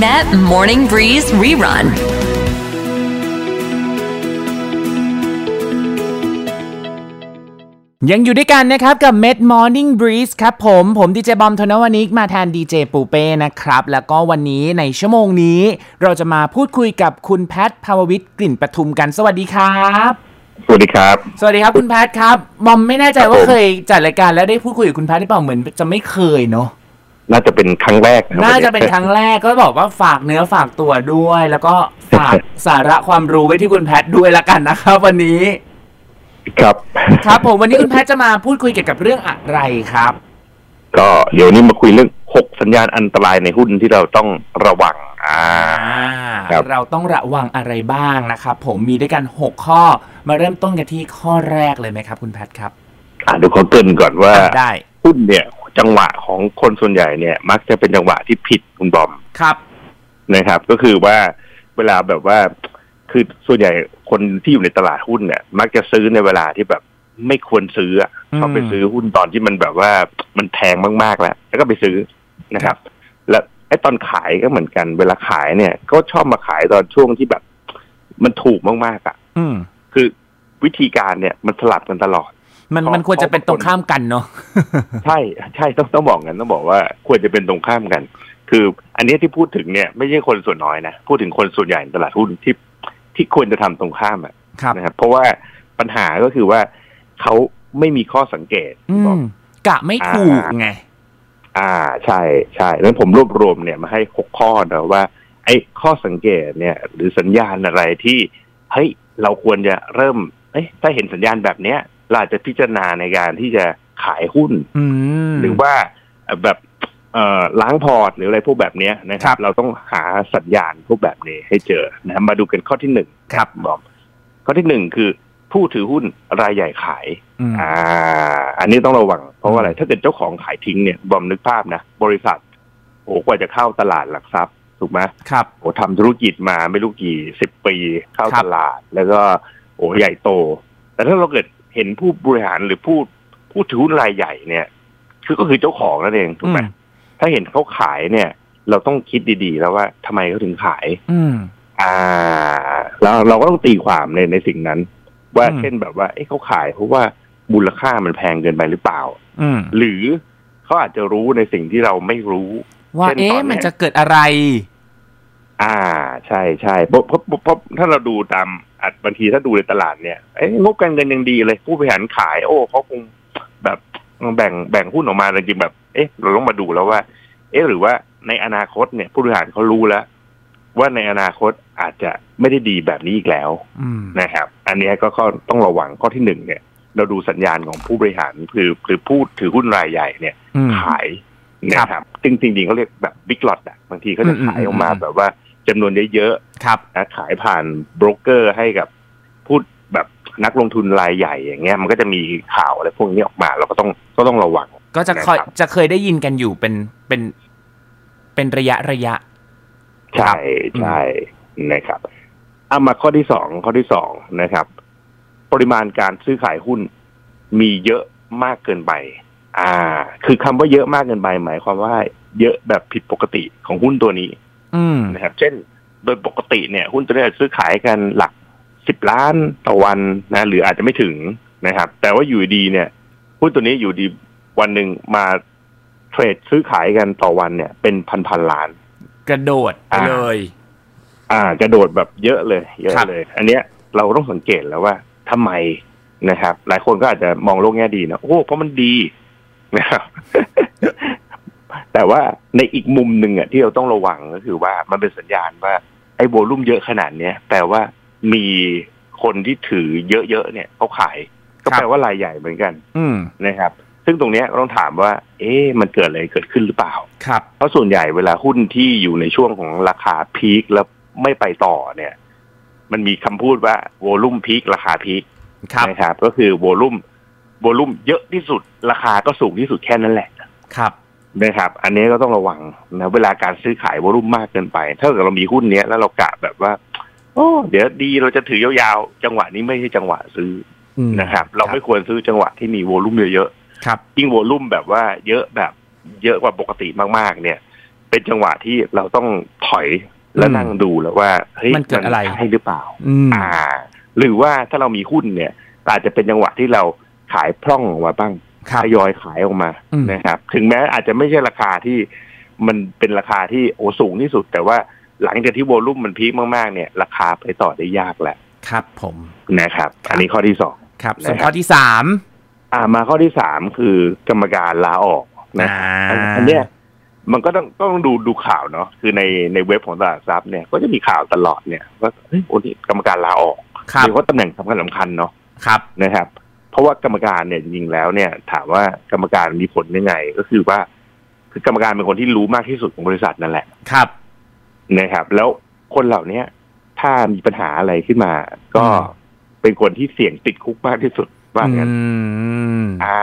Met Morning Breeze Rerun. ยังอยู่ด้วยกันนะครับ กับ Med Morning Breeze ครับผม ผมดีเจบอมธนวนิกมาแทนดีเจปูเป้นะครับ แล้วก็วันนี้ในชั่วโมงนี้ เราจะมาพูดคุยกับคุณแพทย์ภาววิทย์กลิ่นประทุมกันสวัสดีครับ สวัสดีครับ สวัสดีครับคุณแพทย์ครับบอมไม่แน่ใจว่า ครับผม เคยจัดรายการแล้วได้พูดคุยกับคุณแพทย์หรือเปล่าเหมือนจะไม่เคยเนาะ น่าจะเป็นครั้งแรกครับ น่าจะเป็นครั้งแรกก็บอกว่าฝากเนื้อฝากตัวด้วย แล้วก็ฝากสาระความรู้ไว้ที่คุณแพทย์ด้วยละกันนะครับวันนี้ ครับ ครับผมวันนี้คุณแพทย์จะมาพูดคุยเกี่ยวกับเรื่องอะไรครับ ก็เดี๋ยวนี้มาคุยเรื่อง 6 สัญญาณอันตรายในหุ้นที่เราต้องระวังอ่า อ่า ครับ เราต้องระวังอะไรบ้างนะครับผมมีด้วยกัน 6 ข้อ มาเริ่มต้นกันที่ข้อแรกเลยไหมครับ คุณแพทย์ครับ อ่าเดูเขาเกรินก่อนว่า อ่ะได้ หุ้นเนี่ย จังหวะของคนส่วนใหญ่เนี่ย มักจะเป็นจังหวะที่ผิดคุณบอม ครับ นะครับ ก็คือว่าเวลาแบบว่า คือส่วนใหญ่คนที่อยู่ในตลาดหุ้นเนี่ย มักจะซื้อในเวลาที่แบบไม่ควรซื้ออะชอบไป อืม ซื้อหุ้นตอนที่มันแบบว่ามันแพงมากๆแล้ว แล้วก็ไปซื้อนะครับ และไอ้ตอนขายก็เหมือนกัน เวลาขายเนี่ย ก็ชอบมาขายตอนช่วงที่แบบ มันถูกมากๆอะ่ะ อืม คือวิธีการเนี่ยมันสลับกันตลอด มัน ขอ มันควรจะเป็น ขอบคุ ต ณ รงข้ามกันเนาะ ใช่ใช่ต้องต้องบอกกันต้องบอกว่าควรจะเป็นตรงข้ามกัน คือ อันเนี้ยที่พูดถึงเนี่ยไม่ใช่คนส่วนน้อยนะพูดถึงคนส่วนใหญ่ในตลาดหุ้นที่ที่ควรจะทำตรงข้ามอะ ครับ นะครับ เพราะว่าปัญหาก็คือว่าเขาไม่มีข้อสังเกต อื บอก มกะไม่ถูกไง อ่าใช่ใช่แล้วผมรวบรวมเนี่ยมาให้หกข้อนะว่า ไอ้ข้อสังเกตเนี่ย หรือสัญญาณอะไรที่เฮ้ยเราควรจะเริ่มเอ้ยถ้าเห็นสัญญาณแบบเนี้ยเราอาจจะพิจารณาในการที่จะขายหุ้น อืม หรือว่าเอ่อแบบเอ่อล้างพอร์ตหรืออะไรพวกแบบเนี้ยนะค ครั รับ บ เราต้องหาสัญญาณพวกแบบนี้ให้เจอนะครับมาดูกันข้อที่หนึ่ง ครับ บอมข้อที่หนึ่งคือผู้ถือหุ้นรายใหญ่ขาย อืม อ่า อันนี้ต้องระวัง เพราะว่าอะไร อืม ถ้าเกิดเจ้าของขายทิ้งเนี่ย บอมนึกภาพนะ บริษัท โอ้กว่าจะเข้าตลาดหลักทรัพย์ ถูกไหม ครับ โอ้ทำธุรกิจมาไม่รู้กี่สิบปี เข้า ครับ ตลาด แล้วก็โอ้ใหญ่โต แต่ถ้าเราเกิดเห็นผู้บริหารหรือผู้ผู้ถือหุ้นรายใหญ่เนี่ยคือก็คือเจ้าของนั่นเองถูกไหม อืม ถ้าเห็นเขาขายเนี่ย เราต้องคิดดีๆ แล้วว่าทำไมเขาถึงขาย อืม อ่าเราเราก็ต้องตีความในในสิ่งนั้น ว่า อืม เช่นแบบว่าเอ๊ะเขาขายเพราะว่ามูลค่ามันแพงเกินไปหรือเปล่า อืม หรือเขาอาจจะรู้ในสิ่งที่เราไม่รู้ ว่า เช่นตอน เอ๊ะ เนี้ย มันจะเกิดอะไร อ่า ใช่ใช่เพราะเพราะเพราะถ้าเราดูตามอัดบางทีถ้าดูในตลาดเนี่ยเอ้ยงบการเงินยังดีเลย ผู้บริหารขาย โอ้เขาคงแบบแบ่งแบ่งหุ้นออกมาแต่จริงๆแบบ เอ๊ะ เราต้องมาดูแล้วว่า เอ๊ะหรือว่าในอนาคตเนี่ย ผู้บริหารเขารู้แล้ว ว่าในอนาคตอาจจะไม่ได้ดีแบบนี้อีกแล้ว อืม นะครับ อันเนี้ยก็ข้อต้องระวังข้อที่หนึ่งเนี่ย เราดูสัญญาณของผู้บริหารคือหรือผู้ถือหุ้นรายใหญ่เนี่ย อืม ขายนะครับจริงจริงๆเขาเรียกแบบบิ๊กล็อตอ่ะบางทีเขาจะ อืม ขายออกมา อืม แบบว่าจำนวนเยอะ ครับ ๆนะขายผ่านโบรกเกอร์ให้กับผู้แบบนักลงทุนรายใหญ่อย่างเงี้ย มันก็จะมีข่าวอะไรพวกนี้ออกมาเราก็ต้องก็ต้องระวัง ก็จะคอย นะครับ จะเคยได้ยินกันอยู่เป็นเป็น เป็นระยะระยะ ใช่ใช่นะครับเอามาข้อที่สองข้อที่สองนะครับ ปริมาณการซื้อขายหุ้นมีเยอะมากเกินไป อ่า คือคำว่าเยอะมากเกินไปหมายความว่า เยอะแบบผิดปกติของหุ้นตัวนี้ อืม นะครับ เช่น โดยปกติเนี่ย หุ้นตัวนี้อาจจะซื้อขายกันหลักสิบล้านต่อวันนะ หรืออาจจะไม่ถึงนะครับ แต่ว่าอยู่ดีเนี่ย หุ้นตัวนี้อยู่ดีวันหนึ่งมาเทรดซื้อขายกันต่อวันเนี่ย เป็นพันพันๆล้าน กระโดดไปเลย อ่ากระโดดแบบเยอะเลย เยอะ ครับ เลย อันเนี้ยเราต้องสังเกตแล้วว่าทำไมนะครับ หลายคนก็อาจจะมองโลกแง่ดีนะโอ้เพราะมันดีนะครับ แต่ว่าในอีกมุมหนึ่งอ่ะที่เราต้องระวังก็คือว่ามันเป็นสัญญาณว่าไอ้โวลุ่มเยอะขนาดเนี้ยแปลว่ามีคนที่ถือเยอะๆเนี่ยเขาขาย ก็แปลว่ารายใหญ่เหมือนกัน อืม นะครับ ซึ่งตรงเนี้ยเราต้องถามว่า เอ๊ะมันเกิดอะไรเกิดขึ้นหรือเปล่า ครับ เพราะส่วนใหญ่เวลาหุ้นที่อยู่ในช่วงของราคาพีคแล้วไม่ไปต่อเนี่ย มันมีคำพูดว่าโวลุ่มพีคราคาพีค ครับ นะครับ ก็คือโวลุ่มโวลุ่มเยอะที่สุด ราคาก็สูงที่สุดแค่นั้นแหละ ครับ นะครับ อันนี้ก็ต้องระวังนะเวลาการซื้อขายโวลุ่มมากเกินไป ถ้าเกิดเรามีหุ้นเนี้ยแล้วเรากะแบบว่า โอ้เดี๋ยวดีเราจะถือยาวๆ จังหวะนี้ไม่ใช่จังหวะซื้อ อืม นะครับ เราไม่ควรซื้อจังหวะที่มีโวลุ่มเยอะๆ ครับ ยิ่งโวลุ่มแบบว่าเยอะแบบเยอะกว่าปกติมากๆ เนี่ย เป็นจังหวะที่เราต้อง ถอยแล้วนั่งดูแล้วว่าเฮ้ย มันเกิดอะไร ใช่หรือเปล่า อืม อ่า หรือว่าถ้าเรามีหุ้นเนี่ยอาจจะเป็นจังหวะที่เราขายพร่องออกมาบ้าง ครับ ทยอยขายออกมา อืม นะครับ ถึงแม้อาจจะไม่ใช่ราคาที่มันเป็นราคาที่โอสูงที่สุด แต่ว่าหลังจากที่โวลุ่มมันพีคมากๆเนี่ยราคาไปต่อได้ยากแหละ ครับผม นะครับ ครับ อันนี้ข้อที่สอง ครับ นะครับ ส่วนข้อที่สาม อ่ามาข้อที่สามคือกรรมการลาออกนะ อ่า อนอันเนี้ยมันก็ต้องต้องดูดูข่าวเนาะคือในในเว็บของตลาดทรัพย์เนี่ยก็จะมีข่าวตลอดเนี่ยว่าเฮ้ยโอ้นี่กรรมการลาออก ครับ โดยเฉพาะตำแหน่งสำคัญสำคัญๆเนาะ ครับ นะครับเพราะว่ากรรมการเนี่ยจริงๆแล้วเนี่ย ถามว่ากรรมการมีผลยังไง ก็คือว่า คือกรรมการเป็นคนที่รู้มากที่สุดของบริษัทนั่นแหละ ครับ นะครับ แล้วคนเหล่าเนี้ยถ้ามีปัญหาอะไรขึ้นมา ก็ อืม เป็นคนที่เสี่ยงติดคุกมากที่สุดว่างั้น อืม อ่า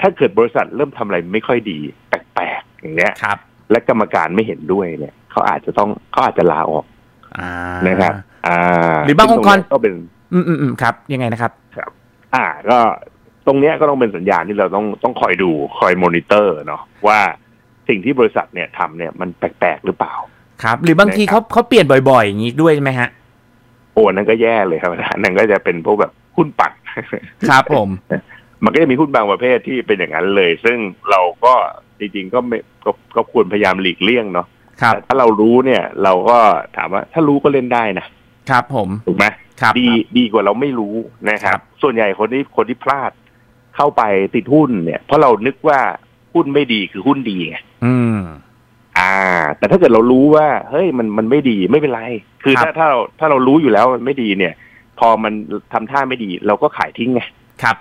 ถ้าเกิดบริษัทเริ่มทำอะไรไม่ค่อยดี แปลกๆอย่างเนี้ย ครับ และกรรมการไม่เห็นด้วยเนี่ยเขาอาจจะต้องเขาอาจจะลาออก อ่า นะครับ อ่า หรือบางองค์กร ซึ่ตเนี้ยก็เป็น อืมอืมอืมครับ ยังไงนะครับ อ่าก็ตรงเนี้ยก็ต้องเป็นสัญญาณที่เราต้องต้องคอยดูคอยมอนิเตอร์เนาะว่าสิ่งที่บริษัทเนี่ยทำเนี่ยมันแปลกๆหรือเปล่า ครับ หรือบางทีเขาเขาเปลี่ยนบ่อยๆ อย่างนี้ด้วยใช่ไหมฮะ โอ้อันนั่นก็แย่เลยครับ อันนั่นก็จะเป็นพวกแบบหุ้นปัก ครับผม มันก็จะมีหุ้นบางประเภทที่เป็นอย่างนั้นเลย ซึ่งเราก็จริงๆก็ไม่ก็ก็ควรพยายามหลีกเลี่ยงเนาะ ครับ แต่ถ้าเรารู้เนี่ย เราก็ถามว่าถ้ารู้ก็เล่นได้นะครับ ผม ถูกไหม ครับ ดีดีกว่าเราไม่รู้นะครั ครับ บ ส่วนใหญ่คนที่คนที่พลาดเข้าไปติดหุ้นเนี่ย เพราะเรานึกว่าหุ้นไม่ดีคือหุ้นดีไง อืม อ่า แต่ถ้าเกิดเรารู้ว่า เฮ้ยมันมันไม่ดีไม่เป็นไร คือ ครับ ถ้าถ้าเราถ้าเรารู้อยู่แล้วมันไม่ดีเนี่ย พอมันทำท่าไม่ดี เราก็ขายทิ้งไง ครับ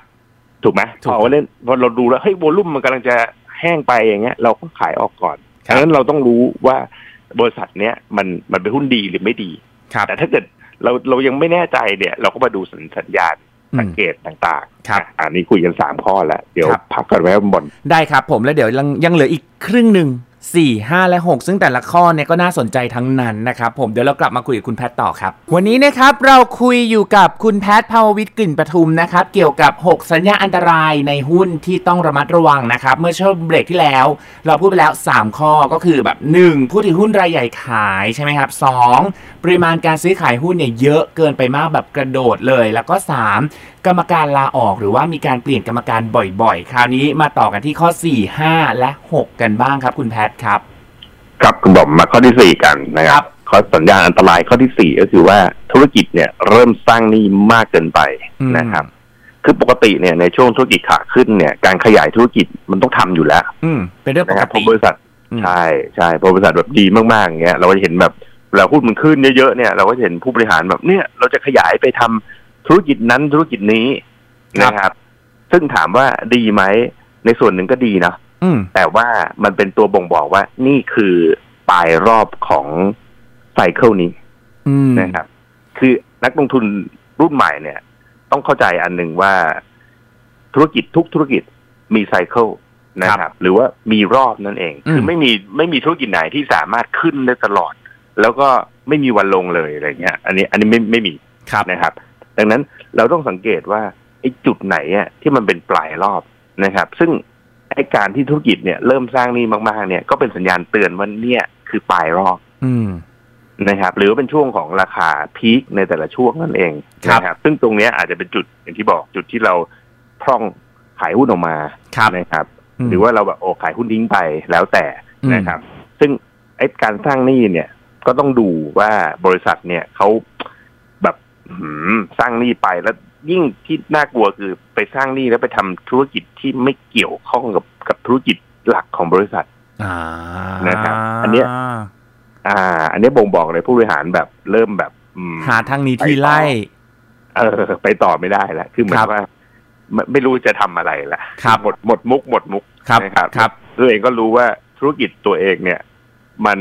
ถูกไหม ถู พ ก อเอาเล่นพอเราดูแล้วเฮ้ยโวลุ่มมันกำลังจะแห้งไปอย่างเงี้ย เราก็ขายออกก่อน ครับ ดังนั้นเราต้องรู้ว่าบริษัทเนี้ยมันมันเป็นหุ้นดีหรือไม่ดี ครับ แต่ถ้าเกิดเราเรายังไม่แน่ใจเนี่ย เราก็มาดูสัญสัญญาณ อื สั ม งเกตต่างๆ ครับ อ่ะอันนี้คุยกันสามข้อแล้ว เดี๋ยว ครับ พักกันไว้บน ได้ครับผมแล้วเดี๋ยวยังยังเหลืออีกครึ่งหนึ่งสี่ห้าและหกซึ่งแต่ละข้อเนี่ยก็น่าสนใจทั้งนั้นนะครับผมเดี๋ยวเรากลับมาคุยกับคุณแพทย์ต่อครับ วันนี้นะครับเราคุยอยู่กับคุณแพทย์ภาววิทย์กลิ่นประทุมนะครับ เกี่ยวกับ 6 สัญญาอันตรายในหุ้นที่ต้องระมัดระวังนะครับ เมื่อช่วงเบรกที่แล้ว เราพูดไปแล้ว 3 ข้อก็คือแบบ 1. ผู้ถือหุ้นรายใหญ่ขายใช่ไหมครับสองปริมาณการซื้อขายหุ้นเนี่ยเยอะเกินไปมากแบบกระโดดเลย แล้วก็ 3. กรรมการลาออกหรือว่ามีการเปลี่ยนกรรมการบ่อยๆ คราวนี้มาต่อกันที่ข้อ 4 5 และ 6 กันบ้างครับคุณแพทย์ครับ ครับคุณบอมมาข้อที่สี่กันนะครับ ข้อสัญญาณอันตรายข้อที่สี่ก็คือว่าธุรกิจเนี่ยเริ่มสร้างหนี้มากเกินไป อืม นะครับ คือปกติเนี่ยในช่วงธุรกิจขาขึ้นเนี่ยการขยายธุรกิจมันต้องทำอยู่แล้ว อืม เป็นเรื่องป นะค ก รับเพ ติ ราะบริษัท อืม ใช่ใช่เพราะบริษัทแบบดีมากๆอย่างเงี้ยเราก็จะเห็นแบบเวลาหุ้นมันขึ้นเยอะๆเนี่ยเราก็จะเห็นผู้บริหารแบบเนี่ยเราจะขยายไปทำธุรกิจนั้นธุรกิจนี้นะครับ ซึ่งถามว่าดีไหมในส่วนหนึ่งก็ดีนะ อืม แต่ว่ามันเป็นตัวบ่งบอกว่านี่คือปลายรอบของไซเคิลนี้ อืม นะครับ คือนักลงทุนรุ่นใหม่เนี่ย ต้องเข้าใจอันหนึ่งว่าธุรกิจทุกธุรกิจมีไซเคิลนะครับ หรือว่ามีรอบนั่นเอง อืม คือไม่มีไม่มีธุรกิจไหนที่สามารถขึ้นได้ตลอด แล้วก็ไม่มีวันลงเลยอะไรเงี้ย อันนี้ อันนี้ไม่ไม่มี ครับ นะครับ ดังนั้นเราต้องสังเกตว่าไอ้จุดไหนอะที่มันเป็นปลายรอบนะครับ ซึ่งไอ้การที่ธุรกิจเนี่ยเริ่มสร้างหนี้มากๆเนี่ยก็เป็นสัญญาณเตือนว่าเนี่ยคือปลายรอบ อืม นะครับ หรือว่าเป็นช่วงของราคาพีคในแต่ละช่วงนั่นเอง ครับ นะครับ ซึ่งตรงเนี้ยอาจจะเป็นจุดอย่างที่บอกจุดที่เราพร่องขายหุ้นออกมา ครับ นะครับ ม หรือว่าเราแบบโอ้ขายหุ้นทิ้งไปแล้วแต่นะครับ ซึ่งไอ้การสร้างหนี้เนี่ยก็ต้องดูว่าบริษัทเนี่ยเขาแบบหืมสร้างหนี้ไปแล้วยิ่งที่น่ากลัวคือไปสร้างหนี้แล้วไปทำธุรกิจที่ไม่เกี่ยวข้องกับกับธุรกิจหลักของบริษัท อ่า นะครับอันเนี้ย อ่า อันนี้บ่งบอกเลยผู้บริหารแบบเริ่มแบบอืม หาทางหนี้ที่ไล่ เออไปต่อไม่ได้แล้วคือเหมือ ครั น บ ว่าไม่ไม่รู้จะทำอะไรละ ครับ หมดหมดมุกหมดมุก ครับ นะครับ ครับ ตัวเองก็รู้ว่าธุรกิจตัวเองเนี่ย มัน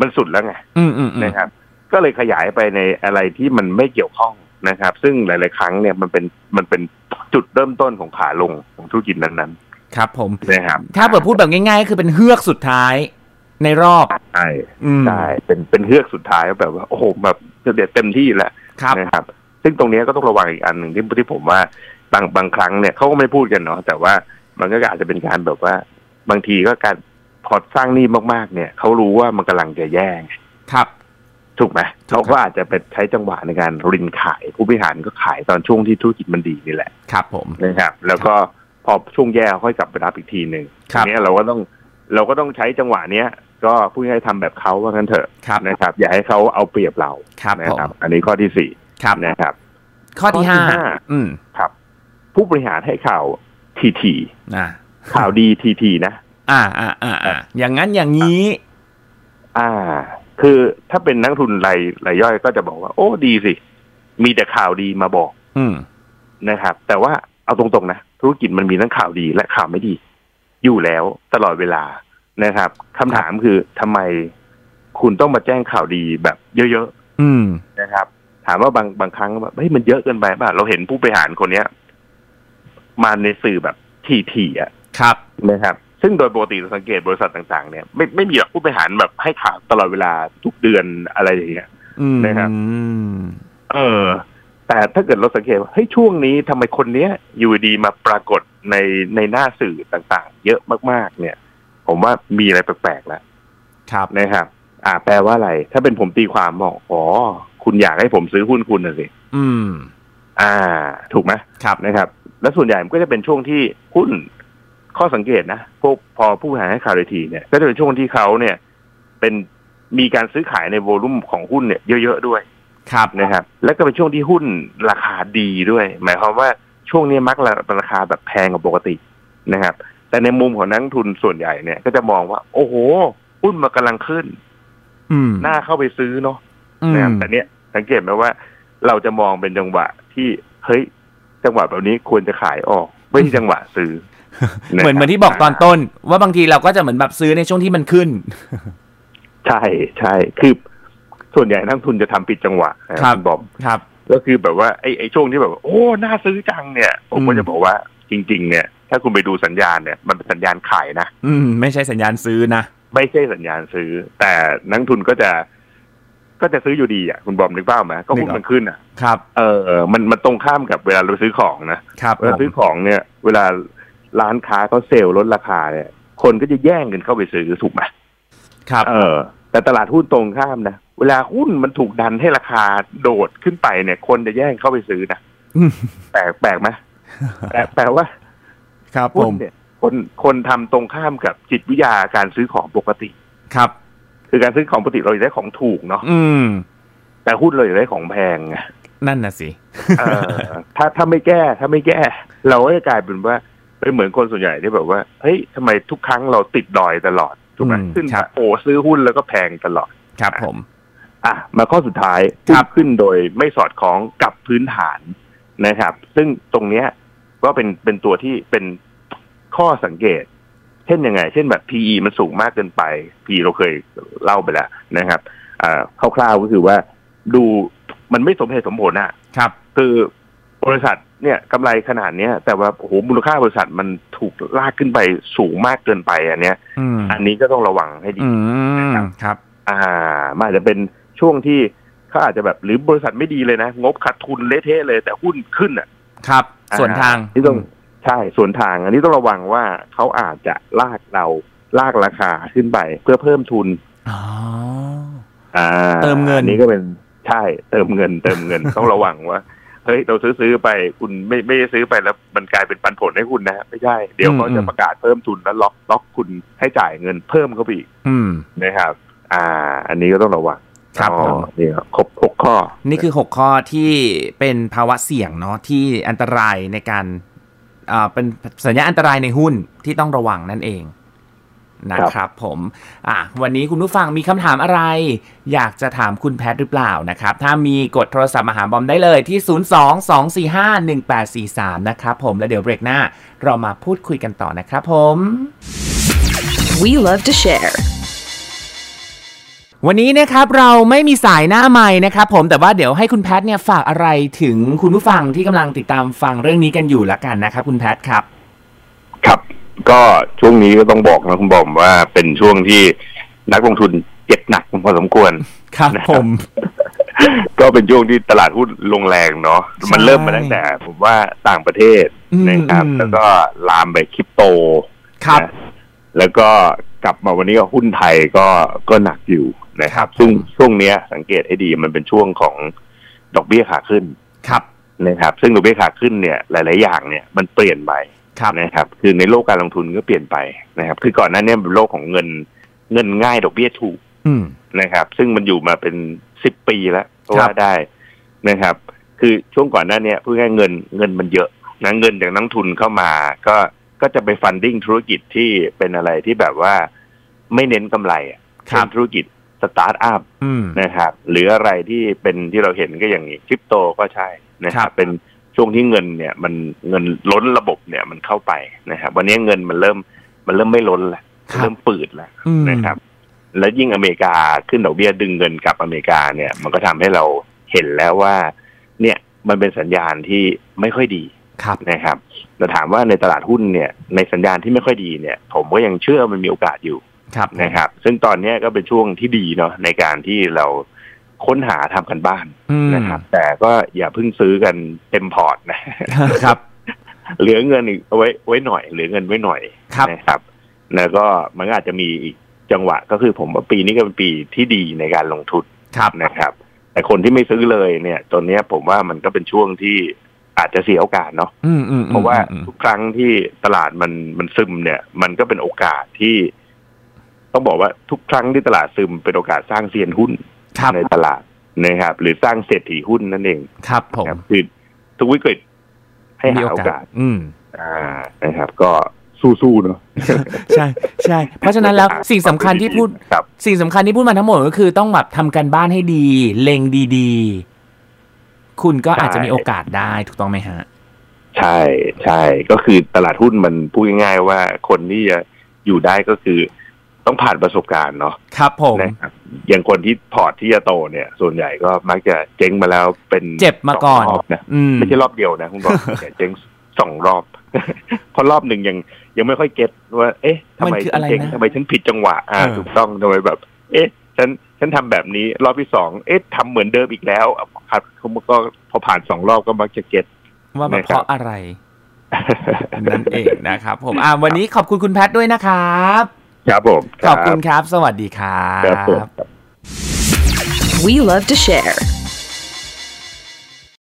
มันสุดแล้วไง อืมอืมอืม นะครับ ก็เลยขยายไปในอะไรที่มันไม่เกี่ยวข้องนะครับ ซึ่งหลาย ๆ ครั้งเนี่ยมันเป็นมันเป็นจุดเริ่มต้นของขาลงของธุรกิจนั้น ครับผม ๆนะครับ ถ้าเปิดพูดแบบง่ายๆก็คือเป็นเฮือกสุดท้ายในรอบ ใช่ อืม ใช่เป็นเป็นเฮือกสุดท้ายแบบว่าโอ้โหแบบเด็ดเต็มที่แล้ว ครับ นะครับ ซึ่งตรงเนี้ยก็ต้องระวังอีกอันหนึ่งที่ที่ผมว่าบางบางครั้งเนี่ยเขาก็ไม่พูดกันเนาะแต่ว่ามันก็อาจจะเป็นการแบบว่า บางทีก็การพอสร้างหนี้มากๆ เนี่ยเขารู้ว่ามันกำลังจะแย่ ครับ ถูกไหม ถูกครับ เขาก็อาจจะเป็นใช้จังหวะในการรินขาย ผู้บริหารก็ขายตอนช่วงที่ธุรกิจมันดีนี่แหละ ครับผม นะครับ แล้วก็พอช่วงแย่เขาค่อยกลับไปรับอีกทีหนึ่ง ครับ อันเนี้ยเราก็ต้องเราก็ต้องใช้จังหวะเนี้ย ก็ผู้ให้ทำแบบเขาว่างั้นเถอะ ครับ นะครับ อย่าให้เขาเอาเปรียบเรา ครับ นะ ผ ครั ม บ อันนี้ข้อที่สี่ ครับ นะครับ ข้อที่ ข้อที่ ห้า ห้า อืม ครับ ผู้บริหารให้ข่าวทีที นะ ข่าวดีทีทีนะ อ่าอ่าอ่าอ่าอย่างนั้นอย่างนี้ อ่า คือถ้าเป็นนักทุนรายรายย่อยก็จะบอกว่า โอ้ดีสิ มีแต่ข่าวดีมาบอก อืม นะครับ แต่ว่าเอาตรงๆนะธุรกิจมันมีทั้งข่าวดีและข่าวไม่ดี อยู่แล้วตลอดเวลานะครับคำถามคือทำไมคุณต้องมาแจ้งข่าวดีแบบเยอะ อืม ๆนะครับ ถามว่าบางบางครั้งแบบเฮ้ยมันเยอะเกินไปป่ะเราเห็นผู้บริหารคนเนี้ย มาในสื่อแบบทีๆอ่ะ ครับ นะครับซึ่งโดยปกติเราสังเกตบริษัทต่างๆเนี่ยไม่ไม่มีหรอกผู้บริหารแบบให้ข่าวตลอดเวลาทุกเดือนอะไรอย่างเงี้ย อืม นะครับ อืม เออ แต่ถ้าเกิดเราสังเกตว่าเฮ้ยช่วงนี้ทำไมคนเนี้ยอยู่ดีมาปรากฏในในหน้าสื่อต่างๆ เยอะมากๆ เนี่ย ผมว่ามีอะไรแปลกๆแล้ว ครับ นะครับ อ่า แปลว่าอะไร ถ้าเป็นผมตีความบอกอ๋อคุณอยากให้ผมซื้อหุ้นคุณน่ะสิ อืม อ่า ถูกไหม ครับ นะครับและส่วนใหญ่มันก็จะเป็นช่วงที่หุ้นข้อสังเกตนะพวกพอผู้บริหารให้ข่าวเวทีเนี่ย ก็จะเป็นช่วงที่เขาเนี่ย เป็นมีการซื้อขายในโวลุ่มของหุ้นเนี่ยเยอะๆด้วย ครับ นะครับ และก็เป็นช่วงที่หุ้นราคาดีด้วย หมายความว่าช่วงนี้มักราคาแบบแพงกว่าปกตินะครับ แต่ในมุมของนักลงทุนส่วนใหญ่เนี่ย ก็จะมองว่า โอ้โห หุ้นมันกำลังขึ้น อืม น่าเข้าไปซื้อเนาะ อืม นะครับแต่เนี้ยสังเกตไหมว่าเราจะมองเป็นจังหวะที่เฮ้ยจังหวะแบบนี้ควรจะขายออก ไม่ใช่จังหวะซื้อ เหมือนเหมือนที่บอกตอนต้น ว่าบางทีเราก็จะเหมือนแบบซื้อในช่วงที่มันขึ้น ใช่ใช่คือส่วนใหญ่นักทุนจะทำผิดจังหวะนะครับ ณบอม ครับ ก็คือแบบว่าไอ้ไอ้ช่วงที่แบบว่าโอ้น่าซื้อจังเนี่ยผมก็ อืม จะบอกว่าจริง ๆ เนี่ย ถ้าคุณไปดูสัญญาณเนี่ยมันเป็นสัญญาณขายนะ อืมไม่ใช่สัญญาณซื้อนะ ไม่ใช่สัญญาณซื้อ แต่นักทุนก็จะ ก็จะซื้ออยู่ดีอ่ะคุณบอมนึกเป้าพไหมก็หุ้นมันขึ้นอ่ะ ครับ เออมันมันตรงข้ามกับเวลาเราซื้อของนะ ครับ เวลาซื้อของเนี่ย เวลาร้านค้าเขาเซลล์ลดราคาเนี่ย คนก็จะแย่งกันเข้าไปซื้อถูกไหม ครับ เออ แต่ตลาดหุ้นตรงข้ามนะเวลาหุ้นมันถูกดันให้ราคาโดดขึ้นไปเนี่ย คนจะแย่งเข้าไปซื้อนะ อืม แปลกแปลกไหมแปลกแปลว่า ครับผ หุ้น ม เนี่ย คนคนทำตรงข้ามกับจิตวิทยาการซื้อของปกติ ครับ คือการซื้อของปกติเราอยากได้ของถูกเนาะ อืม แต่หุ้นเราอยากได้ของแพงไง นั่นน่ะสิ เอ อถ้าถ้าไม่แก้ถ้าไม่แก้ เราก็จะกลายเป็นว่าเป็นเหมือนคนส่วนใหญ่ที่แบบว่าเฮ้ยทำไมทุกครั้งเราติดดอยตลอดถูกไหม อืม ขึ้น ครับ โอ้ซื้อหุ้นแล้วก็แพงตลอด ครับผม อ่ะมาข้อสุดท้าย ค หุ้ รั น บ ขึ้นโดยไม่สอดคล้องกับพื้นฐานนะครับ ซึ่งตรงเนี้ยก็เป็นเป็นตัวที่เป็นข้อสังเกต เช่นยังไง เช่นแบบ PE มันสูงมากเกินไป PE เราเคยเล่าไปแล้วนะครับอ่าคร่าวๆก็คือว่าดูมันไม่สมเหตุสมผลอะ ครับ คือบริษัทเนี่ยกำไรขนาดเนี้ย แต่ว่าโอ้โหมูลค่าบริษัทมันถูกลากขึ้นไปสูงมากเกินไปอันเนี้ย อืม อันนี้ก็ต้องระวังให้ดี อืมครับ อ่ามนอาจจะเป็นช่วงที่เขาอาจจะแบบหรือบริษัทไม่ดีเลยนะ งบขาดทุนเละเทะเลย แต่หุ้นขึ้นอ่ะ ครับ ส่วนทาง ที่ต้องใช่ส่วนทาง อันนี้ต้องระวังว่าเขาอาจจะลากเราลากราคาขึ้นไปเพื่อเพิ่มทุน อ๋อ อ่า เติมเงิน อันี่ก็เป็นใช่เติมเงิน เติมเงิ น ต้องระวังว่าเฮ้ยเราซื้อซื้อไปคุณไม่ไม่ได้ซื้อไปแล้วมันกลายเป็นปันผลให้คุณนะไม่ใช่เดี๋ยวเขาจะประกาศเพิ่มทุนแล้วล็อกล็อกคุณให้จ่ายเงินเพิ่มเข้าไปอีก อืม นะครับ อ่า อันนี้ก็ต้องระวัง ครับ อ๋อ ผม นี่ครับครบหกข้อ นี่คือ 6 ข้อที่เป็นภาวะเสี่ยงเนาะที่อันตรายในการอ่าเป็นสัญญาณอันตรายในหุ้นที่ต้องระวังนั่นเองนะครับผมอ่ะวันนี้คุณผู้ฟังมีคำถามอะไร อยากจะถามคุณแพทย์หรือเปล่านะครับ ถ้ามีกดโทรศัพท์มาหาบอมได้เลยที่ 022451843 นะครับผมแล้วเดี๋ยวเบรกหน้า เรามาพูดคุยกันต่อนะครับผม We love to share. วันนี้นะครับเราไม่มีสายหน้าใหม่นะครับผมแต่ว่าเดี๋ยวให้คุณแพทย์เนี่ยฝากอะไรถึงคุณผู้ฟังที่กำลังติดตามฟังเรื่องนี้กันอยู่ละกันนะครับคุณแพทย์ครับ ครับ ก็ช่วงนี้ก็ต้องบอกนะคุณบอมว่าเป็นช่วงที่นักลงทุนเจ็บหนักพอสมควร ครับผม ก็เป็นช่วงที่ตลาดหุ้นลงแรงเนาะมันเริ่มมาตั้งแต่ ผมว่าต่างประเทศนะครับ อืม แล้วก็ลามไปคริปโต ครับ นะแล้วก็กลับมาวันนี้ก็หุ้นไทยก็ก็หนักอยู่ นะครับ ซึ่งช่วงเนี้ยสังเกตให้ดีมันเป็นช่วงของดอกเบี้ยขาขึ้น ครับ นะครับ ซึ่งดอกเบี้ยขาขึ้นเนี่ยหลาย ๆ อย่างเนี่ยมันเปลี่ยนไป ครับ นะครับคือในโลกการลงทุนก็เปลี่ยนไปนะครับ คือก่อนหน้าเนี้เป็นโลกของเงินเงินง่ายดอกเบี้ยถูก อืม นะครับ ซึ่งมันอยู่มาเป็นสิบปีแล้วก็ ครับ ว่าได้นะครับ คือช่วงก่อนหน้าเนี้พูดง่ายๆเงินเงินมันเยอะนะเงินจากนักทุนเข้ามา ก็ก็จะไปฟันดิ้งธุรกิจที่เป็นอะไรที่แบบว่าไม่เน้นกำไรอะ ครั เช่ บ นธุรกิจสตาร์ทอัพ อืม นะครับหรืออะไรที่เป็นที่เราเห็นก็อย่างคริปโตก็ใช่นะค ครั รับบ เป็นช่วงที่เงินเนี่ยมันเงินล้นระบบเนี่ยมันเข้าไปนะครับวันนี้เงินมันเริ่มมันเริ่มไม่ล้นแล้ว ค มัน รับ เริ่มปืดแล้ว อืม นะครับ และยิ่งอเมริกาขึ้นดอกเบี้ยดึงเงินกลับอเมริกาเนี่ย มันก็ทำให้เราเห็นแล้วว่า เนี่ยมันเป็นสัญญาณที่ไม่ค่อยดี ครับ นะครับแต่ถามว่าในตลาดหุ้นเนี่ยในสัญญาณที่ไม่ค่อยดีเนี่ย ผมก็ยังเชื่อมันมีโอกาสอยู่ ครับ นะครับ ซึ่งตอนเนี้ยก็เป็นช่วงที่ดีเนาะในการที่เราค้นหาทำกันบ้าน อืม นะครับ แต่ก็อย่าเพิ่งซื้อกันเต็มพอร์ตนะ ครับ เหลือเงินอีกเอาไว้ไว้หน่อยเหลือเงินไว้หน่อย ครับ นะครับ แล้วก็มันก็อาจจะมีอีกจังหวะก็คือผมว่าปีนี้ก็เป็นปีที่ดีในการลงทุน ครับ นะครับ แต่คนที่ไม่ซื้อเลยเนี่ยตอนเนี้ยผมว่ามันก็เป็นช่วงที่อาจจะเสียโอกาสเนาะ อืมอืมอืม เพราะว่า อืม ทุกครั้งที่ตลาดมันมันซึมเนี่ย มันก็เป็นโอกาสที่ ต้องบอกว่าทุกครั้งที่ตลาดซึมเป็นโอกาสสร้างเซียนหุ้น ครับ ในตลาดนะครับ หรือสร้างเศรษฐีหุ้นนั่นเอง ครับผม ครับคือทุกวิกฤตให้หาโอกาส อืม อ่านะครับ ก็สู้ๆเนาะ ใช่ใช่ เพราะฉะนั้นแล้วสิ่งสำคัญที่พูด ครับ สิ่งสำคัญที่พูดมาทั้งหมดก็คือต้องแบบทำกันบ้านให้ดี เล็งดีๆ คุณก็อาจจะมีโอกาสได้ถูกต้องไหมฮะ ใช่ใช่ก็คือตลาดหุ้นมันพูดง่ายๆว่าคนที่จะอยู่ได้ก็คือ ต้องผ่านประสบการณ์เนาะ ครับผม นะครับอย่างคนที่พอร์ตที่จะโตเนี่ย ส่วนใหญ่ก็มักจะเจ๊งมาแล้วเป็น เจ็บมาก่อน สงรบนะ อืม ไม่ใช่รอบเดียวนะคุณ บอกแต่เจ๊งสองรอบ เพราะรอบหนึ่งยังยังไม่ค่อยเก็ตว่า เอ๊ะทำ มัน ไม คือ ฉั อะไร เจ๊ง นะ ทำไมฉันผิดจังหวะอ่า เออ ถูกต้องทำไมแบบ เอ๊ะ ฉันฉันทำแบบนี้ รอบที่สองเอ๊ะทำเหมือนเดิมอีกแล้วครับเขาก็พอผ่านสองรอบก็มักจะเก็ต ว่ามัน นะครับ เพราะอะไร นั่นเองนะครับผมอ่าวันนี้ขอบคุณคุณแพทย์ด้วยนะครับ ครับผม ขอบคุณครับ สวัสดีครับ ครับผม We love to share.